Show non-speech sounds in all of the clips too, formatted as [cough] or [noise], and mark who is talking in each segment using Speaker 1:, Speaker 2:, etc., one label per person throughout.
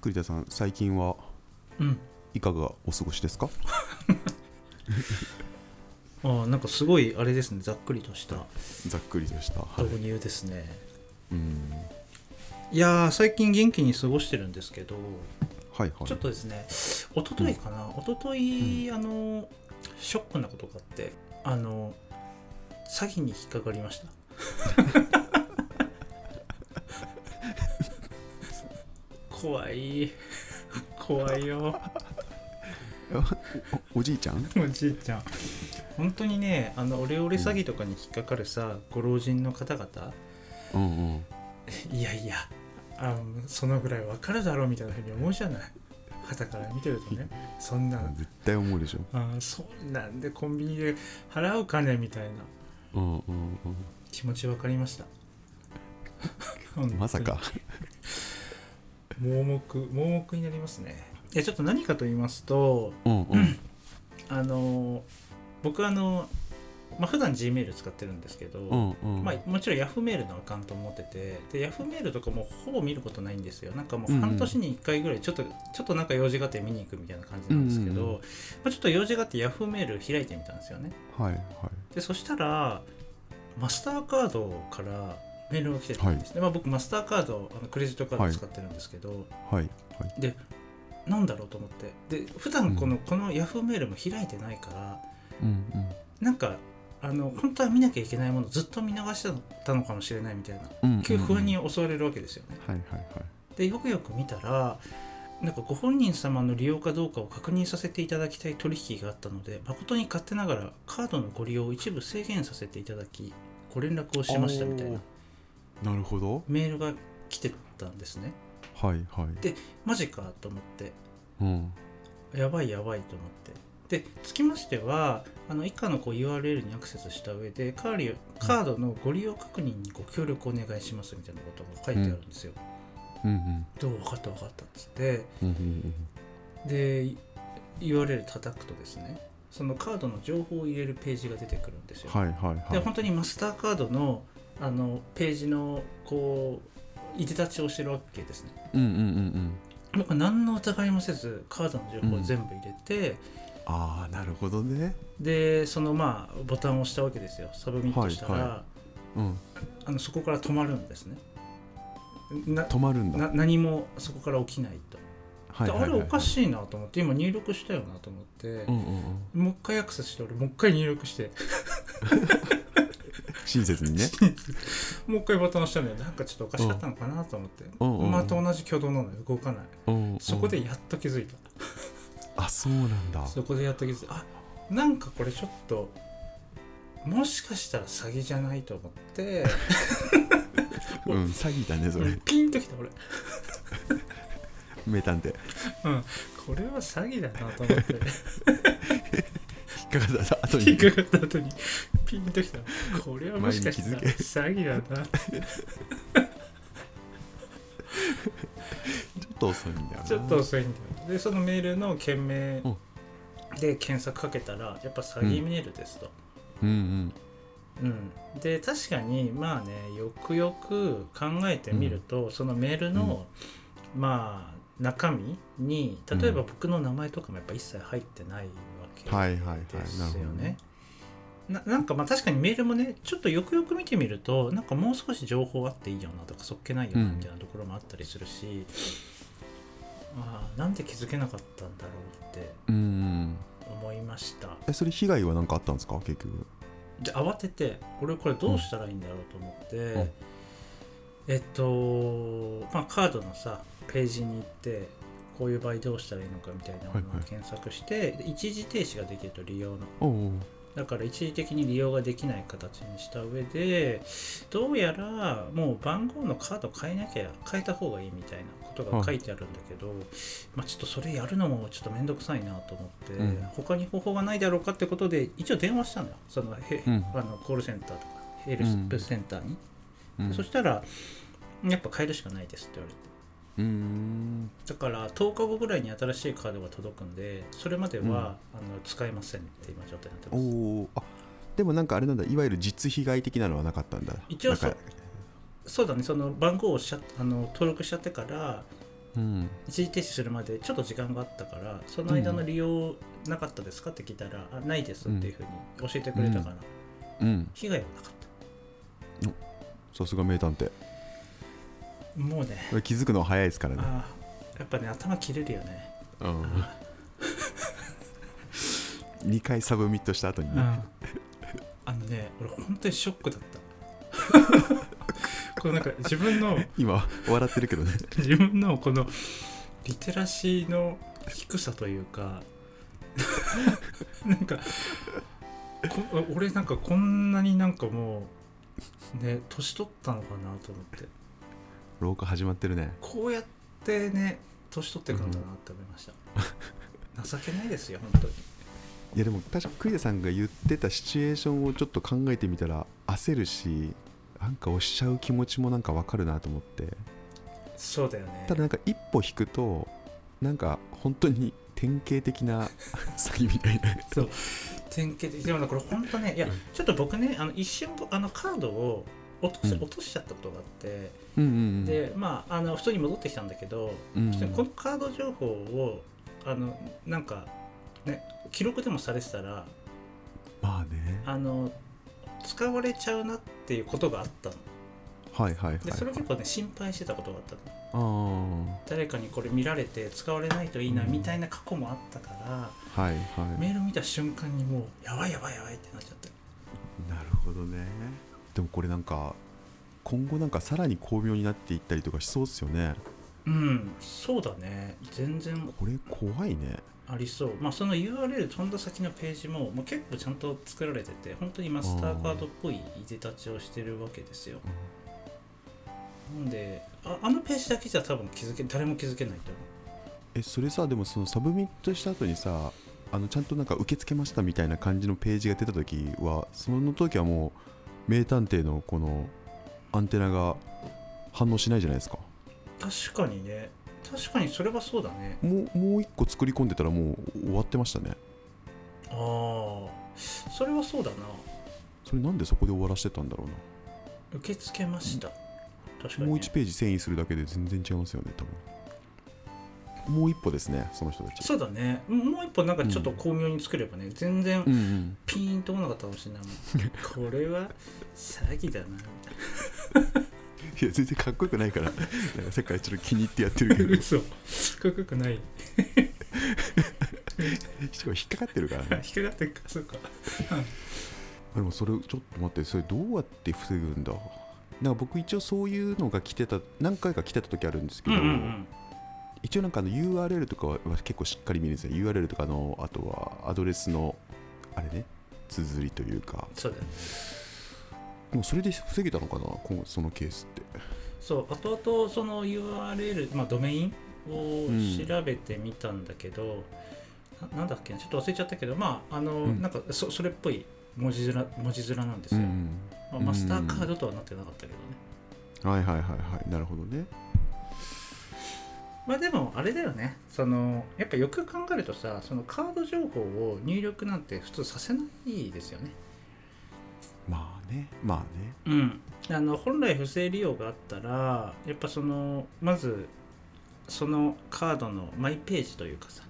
Speaker 1: 栗田さん最近は
Speaker 2: うん
Speaker 1: いかがお過ごしですか
Speaker 2: あーなんかすごいあれですねざっくりとした
Speaker 1: ざっくりとした、はい、
Speaker 2: 導入ですね、
Speaker 1: うん
Speaker 2: い、やー最近元気に過ごしてるんですけど、
Speaker 1: はいはい
Speaker 2: ちょっとですね一昨日かな、一昨日、あのショックなことがあってあの詐欺に引っかかりま [laughs] した怖い怖いよ
Speaker 1: おおじいちゃん
Speaker 2: おじいちゃん本当にねあのオレオレ詐欺とかに引っかかるさ、ご老人の方々
Speaker 1: うんうん
Speaker 2: いやいやあのそのぐらいわかるだろうみたいなふうに思うじゃない旗から見てるとねそんな
Speaker 1: 絶対思うでしょ
Speaker 2: あーそんなんでコンビニで払うかねみたい
Speaker 1: う
Speaker 2: な
Speaker 1: んうん
Speaker 2: 気持ちわかりました
Speaker 1: うん [laughs] まさか
Speaker 2: 本当に盲目盲目になりますねいやちょっと何かと言いますと
Speaker 1: うんうん
Speaker 2: あの僕あのまあ普段 G メール使ってるんですけど、
Speaker 1: うんうん
Speaker 2: まあ、もちろんヤフーメールのアカウント持っててでヤフーメールとかもほぼ見ることないんですよなんかも
Speaker 1: うんう
Speaker 2: うん半年に1回ぐらいちょっと、ちょっとなんか用事があって見に行くみたいな感じなんですけど、
Speaker 1: うんうんうん
Speaker 2: まあ、ちょっと用事があってヤフーメール開いてみたんですよね
Speaker 1: はいはい
Speaker 2: でそしたらマスターカードからメールが来てたんですね、まあ、僕マスターカードあのクレジットカード使ってるんですけど、
Speaker 1: はいはい
Speaker 2: でなんだろうと思ってで普段この、このヤフーメールも開いてないから
Speaker 1: うん
Speaker 2: なんかあの本当は見なきゃいけないものずっと見逃してたのかもしれないみたいな
Speaker 1: うんうん
Speaker 2: 急に不安に
Speaker 1: はい
Speaker 2: 襲われるわけですよね。
Speaker 1: はいはい
Speaker 2: でよくよく見たらなんかご本人様の利用かどうかを確認させていただきたい取引があったので誠に勝手ながらカードのご利用を一部制限させていただきご連絡をしましたみたいな
Speaker 1: おーなるほど
Speaker 2: メールが来てたんですね
Speaker 1: はいはい
Speaker 2: マジかと思って
Speaker 1: うん
Speaker 2: やばいやばいと思ってでつきましてはあの以下のこう URL にアクセスした上でカーリカードのご利用確認にご協力お願いしますみたいなことが書いてあるんですよ、
Speaker 1: うんうん
Speaker 2: どう分かった分かったっつって
Speaker 1: うんうん
Speaker 2: でい URL 叩くとですねそのカードの情報を入れるページが出てくるんです
Speaker 1: うんは
Speaker 2: よ、
Speaker 1: いはいは
Speaker 2: で
Speaker 1: い
Speaker 2: 本当にマスターカードのあのページのこういでたちをしてるわけですね
Speaker 1: うんうんうんうん
Speaker 2: 僕は何の疑いもせずカードの情報を全部入れて、
Speaker 1: ああなるほどね
Speaker 2: でそのまあボタンを押したわけですよサブミットしたら、
Speaker 1: はいうん
Speaker 2: あのそこから止まるんですねな
Speaker 1: 止まるんだ
Speaker 2: な何もそこから起きないと、
Speaker 1: はいはいはい
Speaker 2: であれおか
Speaker 1: い
Speaker 2: しいなと思って今入力したよなと思って、
Speaker 1: うんうんうん
Speaker 2: もう一回アクセスして俺もう一回入力して
Speaker 1: 親切にね
Speaker 2: もう一回ボタン押したのよなんかちょっとおかしかったのかなと思って、
Speaker 1: うんうんうん
Speaker 2: また同じ挙動なのよ動かない
Speaker 1: うんうん
Speaker 2: そこでやっと気づいた、
Speaker 1: あそうなんだ
Speaker 2: そこでやっと気づいたあなんかこれちょっともしかしたら詐欺じゃないと思って
Speaker 1: [laughs] うん詐欺だねそ
Speaker 2: もう
Speaker 1: れ
Speaker 2: ピンときた俺
Speaker 1: 名探偵
Speaker 2: うんこれは詐欺だなと
Speaker 1: [laughs]
Speaker 2: 思って
Speaker 1: 引っかか
Speaker 2: [laughs]
Speaker 1: った後
Speaker 2: 引っ
Speaker 1: に
Speaker 2: かかった後にピンときたこれはもしかしたら
Speaker 1: 前に
Speaker 2: 詐欺だな
Speaker 1: ちょっと遅いんだよな
Speaker 2: ちょっと遅いんだよでそのメールの件名
Speaker 1: うん
Speaker 2: で検索かけたらやっぱ詐欺メールですと、
Speaker 1: うんうん
Speaker 2: うん、で確かにまあねよくよく考えてみると、そのメールの、まあ中身に例えば
Speaker 1: うん
Speaker 2: 僕の名前とかもやっぱ一切入ってないわけ
Speaker 1: はいはいはい
Speaker 2: です
Speaker 1: なるほ
Speaker 2: よ
Speaker 1: ど
Speaker 2: ね。ななんかまあ確かにメールもねちょっとよくよく見てみるとなんかもう少し情報あっていいよなとかそっけないよな
Speaker 1: うん
Speaker 2: みたいなところもあったりするし、ああなんで気づけなかったんだろうって
Speaker 1: うんうん
Speaker 2: 思いました。
Speaker 1: えそれ被害は何かあったんですか結局
Speaker 2: で慌てて俺これどうしたらいいんだろうと思って、
Speaker 1: ん
Speaker 2: えっとまあカードのさページに行ってこういう場合どうしたらいいのかみたいなも
Speaker 1: はい
Speaker 2: の
Speaker 1: は
Speaker 2: を
Speaker 1: い
Speaker 2: 検索して、で一時停止ができると利用の
Speaker 1: おうおう
Speaker 2: だから一時的に利用ができない形にした上でどうやらもう番号のカード変えなきゃ変えた方がいいみたいなことが書いてあるんだけど、まあ、ちょっとそれやるのもちょっと面倒くさいなと思って、
Speaker 1: うん
Speaker 2: 他に方法がないだろうかってことで一応電話したんだよそのへ、
Speaker 1: うん
Speaker 2: あのコールセンターとかヘルプセンターに、
Speaker 1: うん
Speaker 2: そしたらやっぱ変えるしかないですって言われて。
Speaker 1: うーん
Speaker 2: だから10日後ぐらいに新しいカードが届くんでそれまでは、
Speaker 1: うん
Speaker 2: あの使えませんって今状態になって
Speaker 1: お
Speaker 2: ます
Speaker 1: おあでもなんかあれなんだいわゆる実被害的なのはなかったんだ
Speaker 2: 一応
Speaker 1: なんか
Speaker 2: そうだねその番号をしちゃあの登録しちゃってから
Speaker 1: うん
Speaker 2: 一時停止するまでちょっと時間があったからその間の利用なかったですかって聞いたら、あないですっていうふうに教えてくれたから、
Speaker 1: うん
Speaker 2: 被害はなかった
Speaker 1: さすが名探偵
Speaker 2: もうね
Speaker 1: これ気づくのは早いですからね
Speaker 2: あーやっぱね頭切れるよね、
Speaker 1: うん [laughs]
Speaker 2: あ
Speaker 1: 2回サブミットした後に
Speaker 2: ー
Speaker 1: ね
Speaker 2: あのね俺本当にショックだった [laughs] このなんか自分の
Speaker 1: 今笑ってるけどね
Speaker 2: [laughs] 自分のこのリテラシーの低さというか [laughs] なんかこ俺なんかこんなになんかもうね年取ったのかなと思って
Speaker 1: 廊下始まってるね
Speaker 2: こうやってね年取っていくんだなって思いました、情けないですよ本当に
Speaker 1: いやでも確か栗田さんが言ってたシチュエーションをちょっと考えてみたら焦るしなんか押しちゃう気持ちもなんかわかるなと思って
Speaker 2: そうだよね
Speaker 1: ただなんか一歩引くとなんか本当に典型的
Speaker 2: [laughs]
Speaker 1: な詐欺みたいな
Speaker 2: そう典型的でもねこれ本当ねいや
Speaker 1: うん
Speaker 2: ちょっと僕ねあの一瞬あのカードを落とし
Speaker 1: うん
Speaker 2: 落としちゃったことがあって、
Speaker 1: うんうんうん
Speaker 2: でまああの普通に戻ってきたんだけど
Speaker 1: うん
Speaker 2: そしてこのカード情報をあのなんかね記録でもされてたら
Speaker 1: まあね
Speaker 2: あの使われちゃうなっていうことがあったの
Speaker 1: はいはいはい
Speaker 2: でそれ結構ね心配してたことがあったの
Speaker 1: あ
Speaker 2: 誰かにこれ見られて使われないといいな
Speaker 1: うん
Speaker 2: みたいな過去もあったから、
Speaker 1: あはいはい
Speaker 2: メール見た瞬間にもうやばいやばいやばいってなっちゃって
Speaker 1: なるほどねでもこれなんか今後なんかさらに巧妙になっていったりとかしそうですよね
Speaker 2: うんそうだね全然
Speaker 1: これ怖いね
Speaker 2: ありそうまあその URL 飛んだ先のページももう結構ちゃんと作られてて本当にマスターカードっぽいいでたちをしてるわけですよなんでああのページだけじゃ多分気づけ誰も気づけないと思
Speaker 1: えそれさでもそのサブミットした後にさあのちゃんとなんか受け付けましたみたいな感じのページが出た時はその時はもう名探偵のこのアンテナが反応しないじゃないですか
Speaker 2: う確かにね確かにそれはそうだね
Speaker 1: もうもう一個作り込んでたらもう終わってましたね
Speaker 2: ああそれはそうだな
Speaker 1: それなんでそこで終わらせてたんだろうな
Speaker 2: 受け付けました確かに、ね、
Speaker 1: もう1ページ遷移するだけで全然違いますよね多分もう一歩ですねその人たち
Speaker 2: そうだねももう一歩なんかちょっと巧妙に作ればね、全然
Speaker 1: うんうん
Speaker 2: ピーンとこなかったかもしれない
Speaker 1: [laughs]
Speaker 2: もんこれは詐欺だない
Speaker 1: や全然かっこよくないからなんか世界ちょっと気に入ってやってるけど
Speaker 2: 嘘かっこよくない
Speaker 1: しかも引っかかってるからね
Speaker 2: 引っかかってるかそうか
Speaker 1: でもそれちょっと待ってそれどうやって防ぐんだなんか僕一応そういうのが来てた何回か来てた時あるんですけ
Speaker 2: うん
Speaker 1: ど、
Speaker 2: うんうん
Speaker 1: 一応なんかあの URL とかは結構しっかり見るんですね URL とかのあとはアドレスのあれね綴りというか
Speaker 2: そうだね
Speaker 1: でもそれで防げたのかな今そのケースって
Speaker 2: そう後々その URL、まあ、ドメインを
Speaker 1: うん
Speaker 2: 調べてみたんだけど、ななんだっけなちょっと忘れちゃったけどまああの、
Speaker 1: うん
Speaker 2: なんかそそれっぽい文字面文字面なんですよ、まあ、マスターカードとはなってなかったけどね、
Speaker 1: はいはいはいはいなるほどね
Speaker 2: まあでもあれだよねそのやっぱよく考えるとさそのカード情報を入力なんて普通させないですよね
Speaker 1: まあねまあね
Speaker 2: うん、あの本来不正利用があったらやっぱそのまずそのカードのマイページというかさ、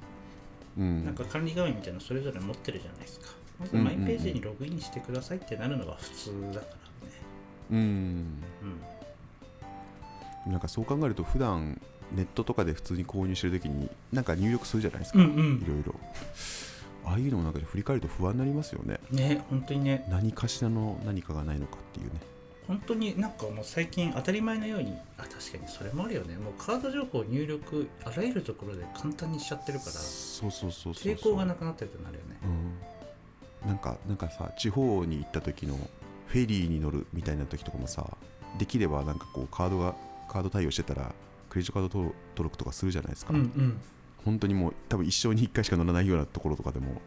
Speaker 1: うん
Speaker 2: なんか管理画面みたいなのそれぞれ持ってるじゃないですかま
Speaker 1: う
Speaker 2: ず
Speaker 1: んうん
Speaker 2: マイページにログインしてくださいってなるのが普通だからね
Speaker 1: うん
Speaker 2: うん
Speaker 1: なんかそう考えると普段ネットとかで普通に購入してる時になんか入力するじゃないですか、
Speaker 2: うんうん
Speaker 1: いろいろああいうのもなんか振り返ると不安になりますよね
Speaker 2: ね本当にね
Speaker 1: 何かしらの何かがないのかっていうね
Speaker 2: 本当になんかもう最近当たり前のようにあ確かにそれもあるよねもうカード情報入力あらゆるところで簡単にしちゃってるから
Speaker 1: そうそうそうそう
Speaker 2: 抵抗がなくなってるとなるよね
Speaker 1: うん、なんかなんかさ地方に行った時のフェリーに乗るみたいな時とかもさできればなんかこうカードがカード対応してたらクレジットカード登登録とかするじゃないですか、
Speaker 2: うんうん
Speaker 1: 本当にもう多分一生に一回しか乗らないようなところとかでも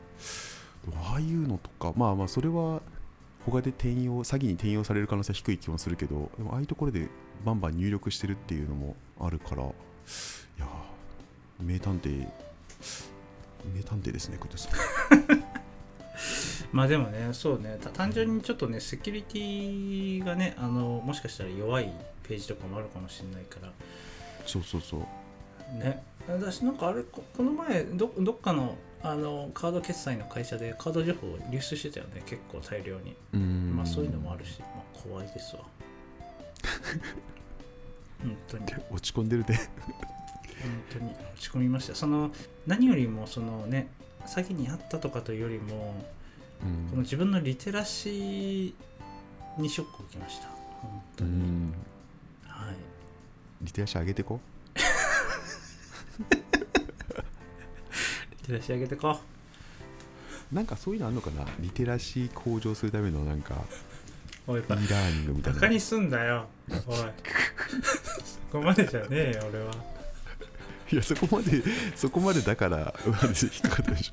Speaker 1: ああいうのとかまあまあそれは他で転用詐欺に転用される可能性は低い気もするけどでもああいうところでバンバン入力してるっていうのもあるからいやー名探偵名探偵ですね、ことさん。
Speaker 2: まあでもね、そうね、た単純にちょっとね、セキュリティがね、あのもしかしたら弱いページとかもあるかもしれないから、
Speaker 1: そうそうそう。
Speaker 2: ね私なんかあれここの前どどっかのあのカード決済の会社でカード情報を流出してたよね結構大量に、
Speaker 1: うん
Speaker 2: まあそういうのもあるし、まあ、怖いで
Speaker 1: [laughs]
Speaker 2: すわ本当に
Speaker 1: 落ち込んでるで
Speaker 2: 本当に落ち込みましたその何よりもそのね詐欺にあったとかというよりも
Speaker 1: う
Speaker 2: この
Speaker 1: ん
Speaker 2: 自分のリテラシーにショックを受けました本当
Speaker 1: う
Speaker 2: に、
Speaker 1: ん
Speaker 2: はい
Speaker 1: リテラシー上げてこ
Speaker 2: リテラシー上げてこ
Speaker 1: なんかそういうのあんのかなリテラシー向上するためのなんか
Speaker 2: おい
Speaker 1: イラーニングみた
Speaker 2: バ
Speaker 1: いな
Speaker 2: カにすんだよおいそこまでじゃねえよ俺はい
Speaker 1: やそこまでそこまでだからうわ引っかかったでし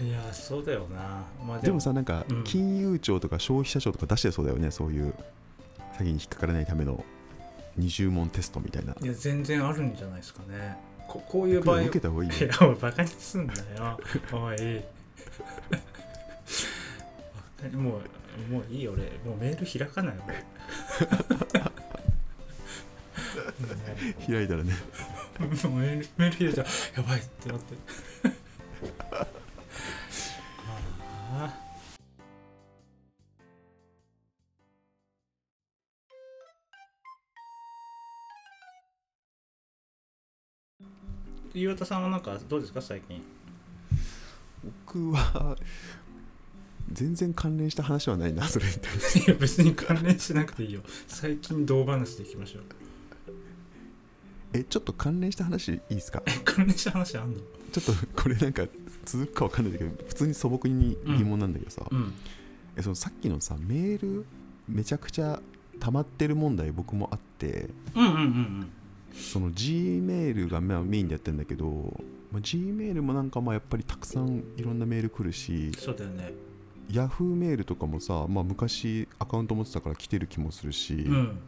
Speaker 1: ょ
Speaker 2: いやそうだよなまあ
Speaker 1: でもさなんか
Speaker 2: うん
Speaker 1: 金融庁とか消費者庁とか出してそうだよね、そういう詐欺に引っかからないための20問テストみたいない
Speaker 2: や全然あるんじゃないですかねここういう場合
Speaker 1: 受けた方がいいよ
Speaker 2: いや、おい、バカにすんなよ。おい。 [laughs] バカにもう、もういいよ、俺。もうメール開かな
Speaker 1: [laughs]
Speaker 2: いよ、俺。
Speaker 1: 開いたらね
Speaker 2: もうメール、メール開いた。やばいってなって。 [laughs] ああ岩田さんはなんかどうですか最近
Speaker 1: 僕は全然関連した話はないなそれに対して
Speaker 2: いや別に関連しなくていいよ最近同話でいきましょう
Speaker 1: えちょっと関連した話いいですか
Speaker 2: え関連した話あんの
Speaker 1: ちょっとこれなんか続くかわかんないんだけど普通に素朴に疑問なんだけどさ、
Speaker 2: うん
Speaker 1: えそのさっきのさメールめちゃくちゃ溜まってる問題僕もあって
Speaker 2: うんうんうん
Speaker 1: その G メールがまあメインでやってるんだけど、まあ、G メールもなんかまあやっぱりたくさんいろんなメール来るし
Speaker 2: そうだよね
Speaker 1: Yahoo メールとかもさ、まあ、昔アカウント持ってたから来てる気もするし、
Speaker 2: うん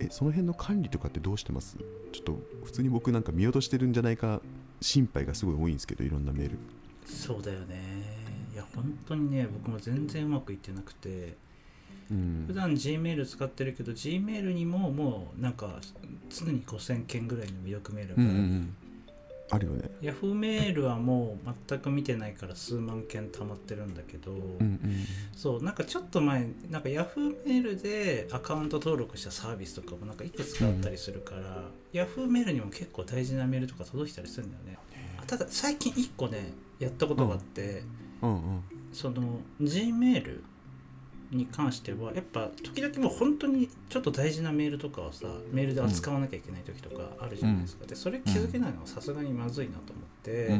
Speaker 1: えその辺の管理とかってどうしてますちょっと普通に僕なんか見落としてるんじゃないか心配がすごい多いんですけどいろんなメール
Speaker 2: そうだよねいや本当にね僕も全然うまくいってなくて
Speaker 1: う
Speaker 2: 普
Speaker 1: ん
Speaker 2: 段 Gmail 使ってるけど Gmail にももうなんか常に5000件ぐらいの未読メール
Speaker 1: う
Speaker 2: が、
Speaker 1: んうんうんあるよね
Speaker 2: Yahoo メールはもう全く見てないから数万件溜まってるんだけど、
Speaker 1: うんうん
Speaker 2: そうなんかちょっと前なんか Yahoo メールでアカウント登録したサービスとかもなんかいくつかあったりするから、Yahoo メールにも結構大事なメールとか届いたりするんだよねあただ最近1個ねやったことがあって、
Speaker 1: うんうん
Speaker 2: その G メールに関してはやっぱ時々もう本当にちょっと大事なメールとかをさメールで扱わなきゃいけない時とかあるじゃないですか、でそれ気づけないのはさすがにまずいなと思って、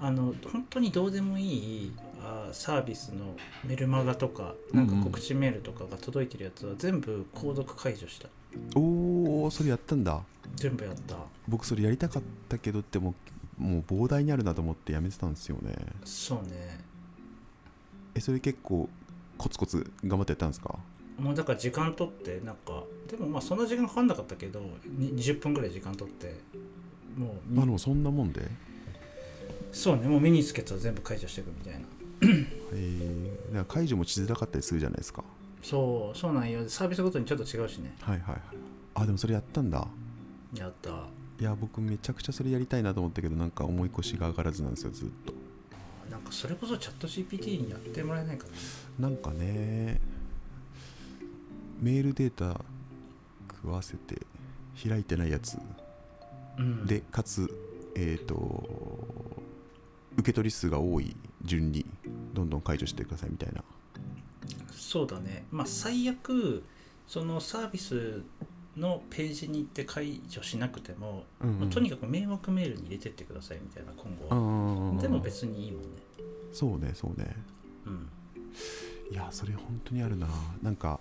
Speaker 2: あの本当にどうでもいいあーサービスのメルマガとかなんか
Speaker 1: うんうん
Speaker 2: 告知メールとかが届いてるやつは全部購読解除した
Speaker 1: おおそれやったんだ
Speaker 2: 全部やった
Speaker 1: 僕それやりたかったけどってもうもう膨大にあるなと思ってやめてたんですよね
Speaker 2: そうね
Speaker 1: えそれ結構コツコツ頑張ってやったんですか
Speaker 2: もうだから時間取ってなんかでもまあそんな時間かかんなかったけどに20分ぐらい時間取ってもう
Speaker 1: まあでもそんなもんでへ
Speaker 2: そうねもう目につけたら全部解除していくみたいな
Speaker 1: えなんか解除もしづらかったりするじゃないですか
Speaker 2: そうそうなんよサービスごとにちょっと違うしね
Speaker 1: はいはいはいあでもそれやったんだ
Speaker 2: やった
Speaker 1: いや僕めちゃくちゃそれやりたいなと思ったけどなんか思い越しが上がらずなんですよずっと
Speaker 2: なんかそれこそチャット GPT にやってもらえないかな
Speaker 1: なんかねメールデータ食わせて開いてないやつ
Speaker 2: うん
Speaker 1: でかつえっ、と受け取り数が多い順にどんどん解除してくださいみたいな
Speaker 2: そうだねまあ最悪そのサービスのページに行って解除しなくても、
Speaker 1: うんうん
Speaker 2: まあとにかく迷惑メールに入れてってくださいみたいな今
Speaker 1: う
Speaker 2: 後は、
Speaker 1: んうんうん
Speaker 2: でも別にいいもんね
Speaker 1: そうねそうね
Speaker 2: うん
Speaker 1: いやそれ本当にあるななんか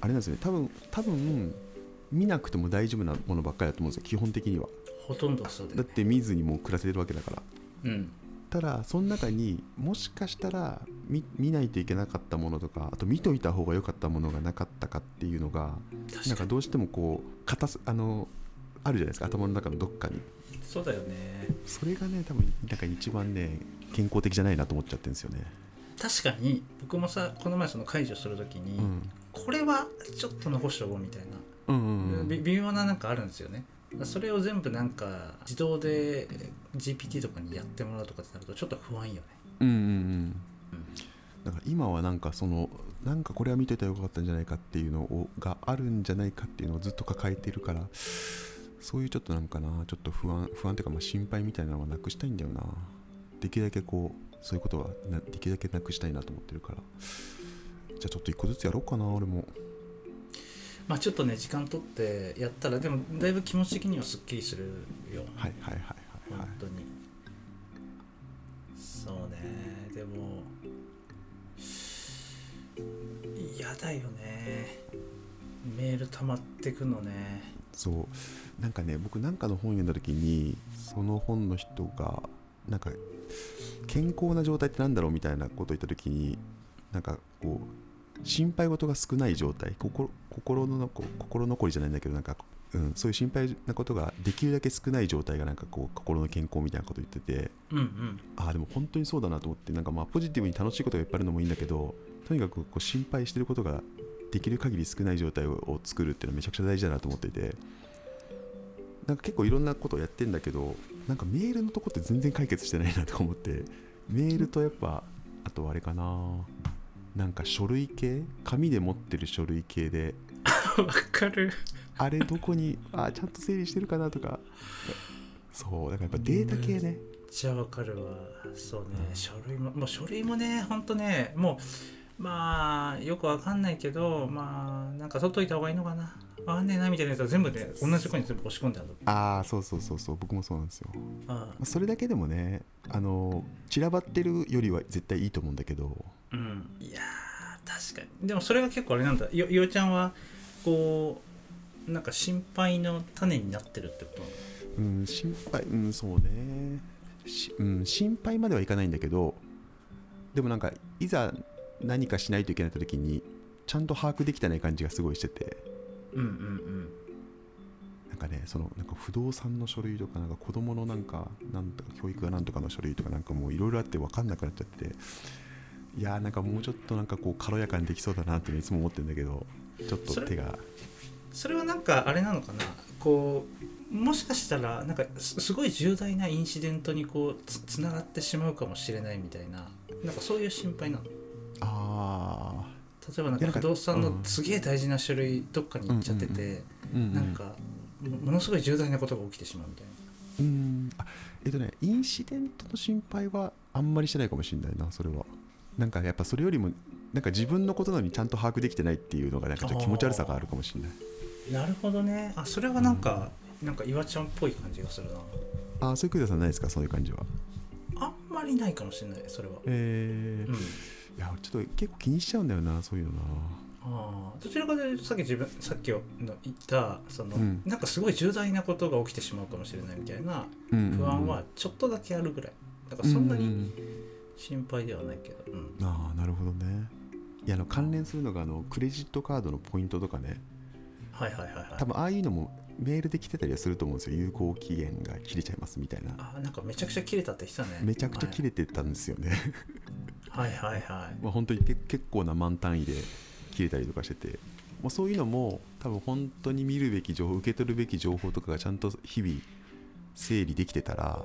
Speaker 1: あれなんですよね多分多分見なくても大丈夫なものばっかりだと思うんですよ基本的には
Speaker 2: ほとんどそうだ
Speaker 1: だっ
Speaker 2: よ、
Speaker 1: て見ずにもう暮らせてるわけだから
Speaker 2: うん
Speaker 1: ただその中にもしかしたら見見ないといけなかったものとかあと見といた方が良かったものがなかったかっていうのがなん
Speaker 2: 確か
Speaker 1: かどうしてもこう片すあのあるじゃないですか頭の中のどっかに
Speaker 2: にそうだよね
Speaker 1: それがね多分なんか一番ね健康的じゃないなと思っちゃってるんですよね
Speaker 2: 確かに僕もさこの前その解除するときに、
Speaker 1: うん
Speaker 2: これはちょっと残しておこうみたいな
Speaker 1: ううんうんうん
Speaker 2: び微妙ななんかあるんですよねそれを全部なんか自動で GPT とかにやってもらうとかってなるとちょっと不安よね
Speaker 1: うんうんうんだから今はなんかそのなんかこれは見といたらよかったんじゃないかっていうのをがあるんじゃないかっていうのをずっと抱えてるからそういうちょっとなんかなちょっと不安不安っていうかまあ心配みたいなのはなくしたいんだよなできるだけこうそういうことはなできるだけなくしたいなと思ってるからじゃあちょっと一個ずつやろうかな俺も
Speaker 2: まあちょっとね時間取ってやったらでもだいぶ気持ち的にはすっきりするよ
Speaker 1: はいはいはいはいは
Speaker 2: 本当に、そうねでも嫌だよねメール溜まってくのね
Speaker 1: そうなんかね僕なんかの本読んだ時にその本の人がなんか健康な状態ってなんだろうみたいなことを言った時になんかこう心配事が少ない状態心心のこう心残りじゃないんだけどなんか、うん、そういう心配なことができるだけ少ない状態がなんかこう心の健康みたいなこと言ってて
Speaker 2: うんうん
Speaker 1: ああでも本当にそうだなと思ってなんかまあポジティブに楽しいことがいっぱいあるのもいいんだけどとにかくこう心配してることができる限り少ない状態をを作るっていうのはめちゃくちゃ大事だなと思っていてなんか結構いろんなことをやってんだけどなんかメールのとこって全然解決してないなとか思ってメールとやっぱあとはあれかななんか書類系紙で持ってる書類系で
Speaker 2: [laughs] わかる
Speaker 1: あれどこにあちゃんと整理してるかなとかそうだからやっぱデータ系ね
Speaker 2: めっちゃわかるわそうね書類ももう書類もねほんとねもうまあよくわかんないけどまあなんか取っといた方がいいのかなわかんねえなみたいなやつは全部ね同じとこに全部押し込んである
Speaker 1: ああそうそうそうそう僕もそうなんですよ
Speaker 2: あ
Speaker 1: まあそれだけでもねあの散らばってるよりは絶対いいと思うんだけど
Speaker 2: あうんいやー確かにでもそれが結構あれなんだよようちゃんはこうなんか心配の種になってるってことなの
Speaker 1: うん心配うんそうねしうん、心配まではいかないんだけどでもなんかいざ何かしないといけない時にちゃんと把握できてない感じがすごいしてて
Speaker 2: うんうん
Speaker 1: なんかねそのなんか不動産の書類とかなんか子供のなんかなんとか教育がなんとかの書類とかなんかもういろいろあって分かんなくなっちゃっていやーなんかもうちょっとなんかこう軽やかにできそうだなっていつも思ってるんだけどちょっと手が
Speaker 2: うんそれはなんかあれなのかなこうもしかしたらなんかすすごい重大なインシデントにこうつつながってしまうかもしれないみたいななんかそういう心配なの例
Speaker 1: あ
Speaker 2: えばなん
Speaker 1: いや
Speaker 2: か
Speaker 1: なんか
Speaker 2: 不動産の
Speaker 1: うん
Speaker 2: すげえ大事な書類どっかに行っちゃってて
Speaker 1: あうんうん
Speaker 2: なんかもものすごい重大なことが起きてしまうみたいな
Speaker 1: うーんあえっとねインシデントの心配はあんまりしてないかもしれないなそれはなんかやっぱそれよりもなんか自分のことなのにちゃんと把握できてないっていうのがなんかちょっと気持ち悪さがあるかもしれない
Speaker 2: なるほどねあそれはなんか、なんか岩ちゃんっぽい感じがするな
Speaker 1: ああそういう工藤さんないですかそういう感じは
Speaker 2: あんまりないかもしれないそれは、
Speaker 1: え
Speaker 2: うん、
Speaker 1: いやちょっと結構気にしちゃうんだよなそういうのな
Speaker 2: あーどちらかというとさっき自分さっきの言ったその、
Speaker 1: うん
Speaker 2: なんかすごい重大なことが起きてしまうかもしれないみたいな
Speaker 1: うんうんうん
Speaker 2: 不安はちょっとだけあるぐらいだからそんなに心配ではないけど、うん
Speaker 1: ああなるほどねいやあの関連するのがあのクレジットカードのポイントとかね
Speaker 2: はいはいはいはい
Speaker 1: 多分ああいうのもメールで来てたりはすると思うんですよ有効期限が切れちゃいますみたいな
Speaker 2: あーなんかめちゃくちゃ切れたって人ね
Speaker 1: めちゃくちゃ切れてたんですよね
Speaker 2: はい、はいはいはい
Speaker 1: [laughs] まあ、本当にけ結構な満単位で切れたりとかしてて、まあ、そういうのも多分本当に見るべき情報受け取るべき情報とかがちゃんと日々整理できてたら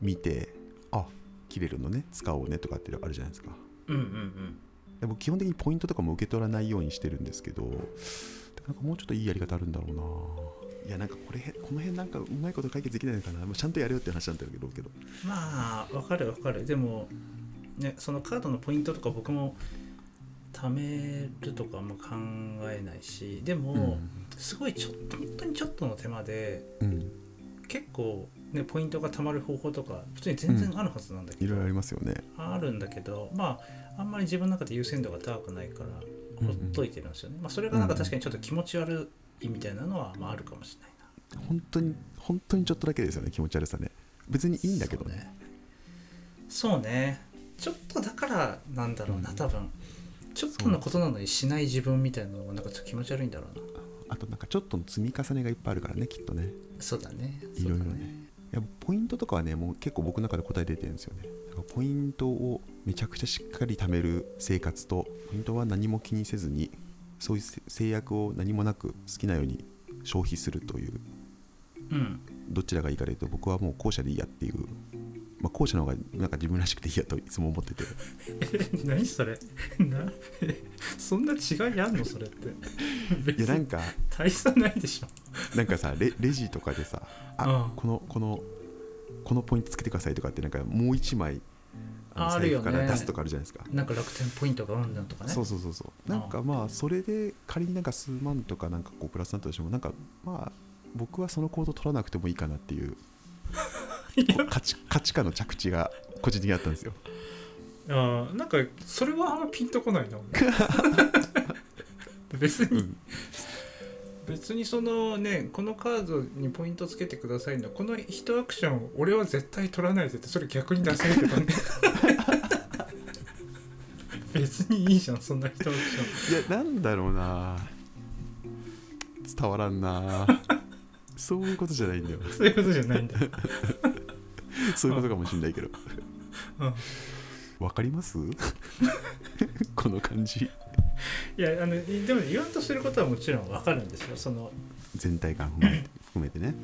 Speaker 1: 見てあ切れるのね使おうねとかってあるじゃないですか
Speaker 2: うんうんうん
Speaker 1: でも基本的にポイントとかも受け取らないようにしてるんですけどなんかもうちょっといいやり方あるんだろうないやなんかこれこの辺なんかうまいこと解決できないのかな、まあ、ちゃんとやるよって話なんだけどけど
Speaker 2: まあわかるわかるでも、ね、そのカードのポイントとか僕も貯めるとかも考えないしでも、すごいちょっと本当にちょっとの手間で
Speaker 1: うん、うん、
Speaker 2: 結構、ね、ポイントが貯まる方法とか普通に全然あるはずなんだけ
Speaker 1: い
Speaker 2: ど、
Speaker 1: ろいろありますよね
Speaker 2: あるんだけどまああんまり自分の中で優先度が高くないから
Speaker 1: うんう
Speaker 2: ほ
Speaker 1: ん
Speaker 2: っといてるんですよね、まあ、それがなんか
Speaker 1: うん
Speaker 2: 確かにちょっと気持ち悪いみたいなのは、まあ、あるかもしれないな
Speaker 1: 本当に本当にちょっとだけですよね気持ち悪さね別にいいんだけどね
Speaker 2: そうねそうねちょっとだからなんだろうな、
Speaker 1: うん
Speaker 2: 多分ちょっとのことなのにしない自分みたいなのがなんかちょっと気持ち悪いんだろうな
Speaker 1: あとなんかちょっとの積み重ねがいっぱいあるからねきっとね
Speaker 2: そうだね
Speaker 1: いろいろ
Speaker 2: そうだ
Speaker 1: ねいやポイントとかはねもう結構僕の中で答え出てるんですよねだからポイントをめちゃくちゃしっかり貯める生活とポイントは何も気にせずにそういうせ制約を何もなく好きなように消費するという
Speaker 2: うん
Speaker 1: どちらがいいかでいうと僕はもう後者でいいやっていう、まあ、後者の方がなんか自分らしくていいやといつも思ってて
Speaker 2: え何それ [laughs] なそんな違いあんのそれって
Speaker 1: いや
Speaker 2: 別
Speaker 1: なん
Speaker 2: に
Speaker 1: か
Speaker 2: 大差ないでしょ
Speaker 1: なんかさレレジとかでさあ、
Speaker 2: うん
Speaker 1: このこのこのポイントつけてくださいとかってなんかもう一枚あの
Speaker 2: ある
Speaker 1: 財
Speaker 2: よ
Speaker 1: 布
Speaker 2: ね
Speaker 1: から出すとかあるじゃないですか、
Speaker 2: なんか楽天ポイントがうんなんとかね
Speaker 1: そうそうそうそうなんかまあそれで仮になんか数万とかなんかこうプラスになったとしてもなんかまあ僕はその行動取らなくてもいいかなっていう
Speaker 2: いや
Speaker 1: こう価値価値観の着地が個人的にあったんですよ
Speaker 2: あーなんかそれはあんまピンとこない
Speaker 1: [laughs]
Speaker 2: な別に、
Speaker 1: うん
Speaker 2: 別にそのねこのカードにポイントつけてくださいのこの一アクションを俺は絶対取らないぜってそれ逆に出せるけど
Speaker 1: [laughs]
Speaker 2: ね別にいいじゃんそんな一アクシ
Speaker 1: いやなんだろうな伝わらんなそういうことじゃないんだよ
Speaker 2: ョンそういうことじゃないんだよ、
Speaker 1: [laughs] そういうことかもしれないけど
Speaker 2: うん
Speaker 1: わかります [laughs] この感じ
Speaker 2: いやあのでも言わんとすることはもちろんわかるんですよその
Speaker 1: 全体感含めて含めてね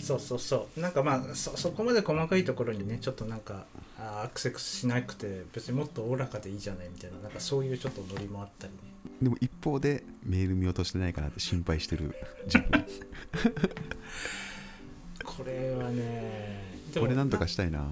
Speaker 2: そうそうそうなんかまあそそこまで細かいところにねちょっとなんかあーアクセスしなくて別にもっとおおらかでいいじゃないみたいななんかそういうちょっとノリもあったりね
Speaker 1: でも一方でメール見落としてないかなって心配して [laughs] る自分
Speaker 2: これはねで
Speaker 1: こ
Speaker 2: も
Speaker 1: れなんとかしたいな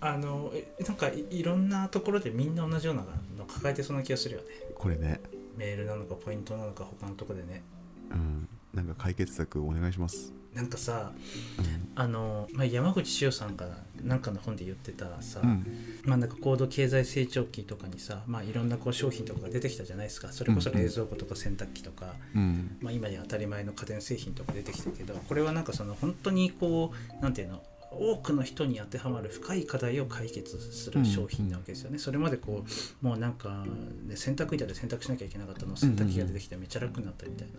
Speaker 2: あのえなんかいいろんなところでみんな同じようなの抱えてそうな気がするよね
Speaker 1: これね
Speaker 2: メールなのかポイントなのか他のとこでね
Speaker 1: うんなんか解決策お願いします、
Speaker 2: なんかさ
Speaker 1: うん
Speaker 2: あの、まあ、山口潮さんがなんかの本で言ってたさ、
Speaker 1: うん
Speaker 2: まあ、なんか高度経済成長期とかにさ、まあ、いろんなこう商品とかが出てきたじゃないですかそれこそ冷蔵庫とか洗濯機とか、
Speaker 1: うん
Speaker 2: まあ、今や当たり前の家電製品とか出てきたけどこれはなんかその本当にこうなんていうの多くの人に当てはまる深い課題を解決する商品なわけですよね。それまでこうもうなんか、ね、洗濯板で洗濯しなきゃいけなかったの洗濯機が出てきてめっちゃ楽になったみたいな。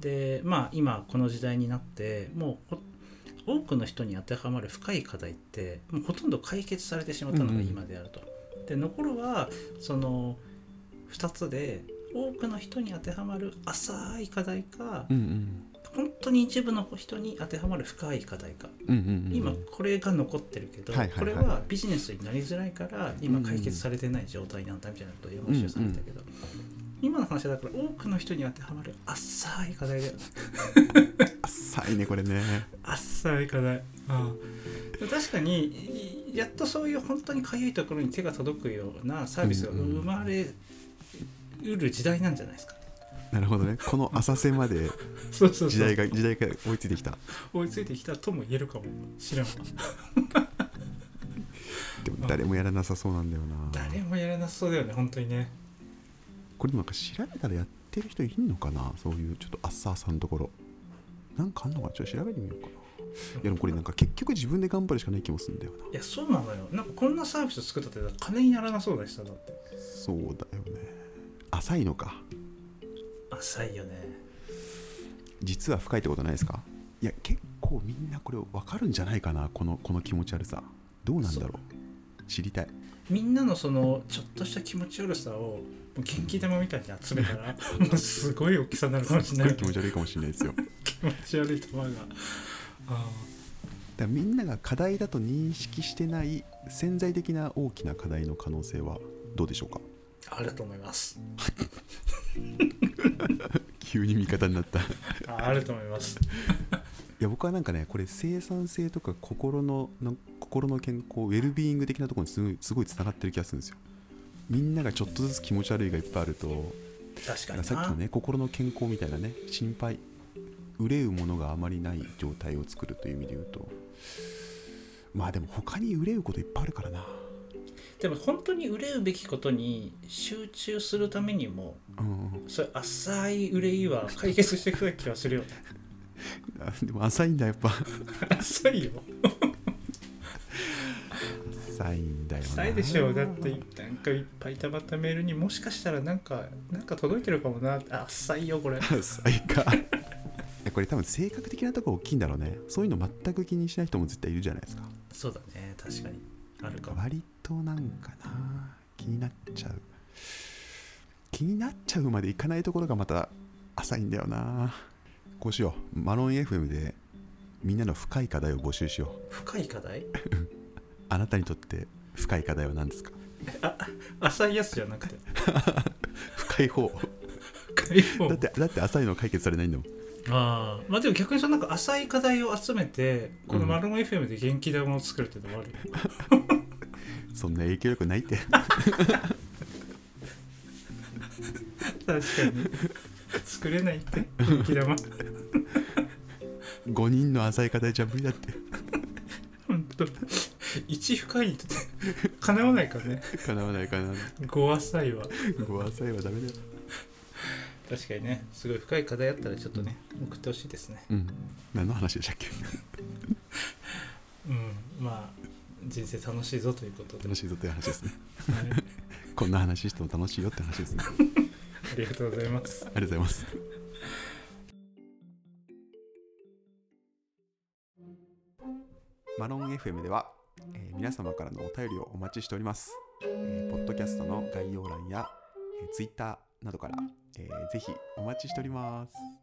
Speaker 2: でまあ今この時代になってもうほ多くの人に当てはまる深い課題ってもうほとんど解決されてしまったのが今であると。で残るはその2つで多くの人に当てはまる浅い課題か
Speaker 1: うんうん
Speaker 2: 本当に一部の人に当てはまる深い課題か
Speaker 1: うんうんうん
Speaker 2: 今これが残ってるけど
Speaker 1: はいはいはい
Speaker 2: これはビジネスになりづらいから今解決されてない状態なんだみたいなことを山下さん言ったけど今の話はだから多くの人に当てはまる浅い課題だよね
Speaker 1: 浅いねこれね
Speaker 2: 浅い課題ああ確かにいやっとそういう本当にかゆいところに手が届くようなサービスが生まれうる時代なんじゃないですか、
Speaker 1: なるほどねこの浅瀬まで
Speaker 2: そうそうそう
Speaker 1: 時代が時代が追いついてきた
Speaker 2: 追いついてきたとも言えるかも知らんわ
Speaker 1: でも誰もやらなさそうなんだよな
Speaker 2: 誰もやらなさそうだよね本当にね
Speaker 1: これなんか調べたらやってる人いんのかなそういうちょっとアッサーさんのところなんかあんのかなちょっと調べてみようかないやでもこれなんか結局自分で頑張るしかない気もするんだよない
Speaker 2: やそうなのよなんかこんなサービス作ったって金にならなそうだしさだって
Speaker 1: そうだよね浅いのか
Speaker 2: 浅いよね
Speaker 1: 実は深いってことないですかいや結構みんなこれ分かるんじゃないかなこのこの気持ち悪さどうなんだろう知りたい
Speaker 2: みんなのそのちょっとした気持ち悪さをもう元気玉みたいに集めた [laughs] らもうすごい大きさになるかもし
Speaker 1: す
Speaker 2: れ
Speaker 1: ご
Speaker 2: ないい
Speaker 1: 気持ち悪いかもしれないですよだか
Speaker 2: 気持ち悪い玉があ
Speaker 1: らみんなが課題だと認識してない潜在的な大きな課題の可能性はどうでしょうか
Speaker 2: ああると思います
Speaker 1: 急に味方になった
Speaker 2: ああると思います
Speaker 1: いや僕はなんかねこれ生産性とか心のの心の健康ウェルビーイング的なところにすごいすごいつながってる気がするんですよみんながちょっとずつ気持ち悪いがいっぱいあると
Speaker 2: 確か
Speaker 1: なん
Speaker 2: に
Speaker 1: かさ
Speaker 2: な
Speaker 1: っきのね心の健康みたいなね心配憂うものがあまりない状態を作るという意味で言うとまあでも他に憂うこといっぱいあるからな
Speaker 2: でも本当に憂うべきことに集中するためにも
Speaker 1: うん
Speaker 2: そういう浅い憂いは解決してくれる気がするよね
Speaker 1: あでも浅いんだやっぱ
Speaker 2: 浅いよ
Speaker 1: 浅いんだよな
Speaker 2: 浅いでしょだってなんかいっぱいたまったメールにもしかしたらなんかなんか届いてるかもなあ浅いよこれ [laughs]
Speaker 1: 浅い [laughs] かいやこれ多分性格的なとこ大きいんだろうねそういうの全く気にしない人も絶対いるじゃないですか
Speaker 2: そうだね確かにあるかも
Speaker 1: 割となんかな気になっちゃう気気になっちゃうまでいかないところがまた浅いんだよなこうしようマロン FM でみんなの深い課題を募集しよう
Speaker 2: 深い課題
Speaker 1: あなたにとって深い課題は何ですか
Speaker 2: 浅いやつじゃなくて
Speaker 1: 深い
Speaker 2: [laughs]
Speaker 1: 方
Speaker 2: 深い方
Speaker 1: だってだって浅いのは解決されないんだもん
Speaker 2: ああまあでも逆にそのなんか浅い課題を集めてこ
Speaker 1: う
Speaker 2: の
Speaker 1: ん
Speaker 2: マルモ FM で元気玉を作るっていうのもあるよ、
Speaker 1: そんな影響力ないって
Speaker 2: [laughs] 確かに作れないって元気玉
Speaker 1: 5人の浅い課題じゃ無理だって
Speaker 2: 本当一深いってかなわないからね
Speaker 1: かなわないかな
Speaker 2: 5浅いは
Speaker 1: 5浅いはダメだよ
Speaker 2: 確かにねすごい深い課題あったらちょっとね送ってほしいですね
Speaker 1: うん何の話でしたっけ
Speaker 2: うんまあ人生楽しいぞということで、は
Speaker 1: 楽しいぞという話ですね
Speaker 2: い、
Speaker 1: こんな話しても楽しいよって話ですねあり
Speaker 2: ありがとうございます
Speaker 1: がとうございますマロン FM では、えー皆様からのお便りをお待ちしております、えーポッドキャストの概要欄や、えー、Twitter などから、えーぜひお待ちしております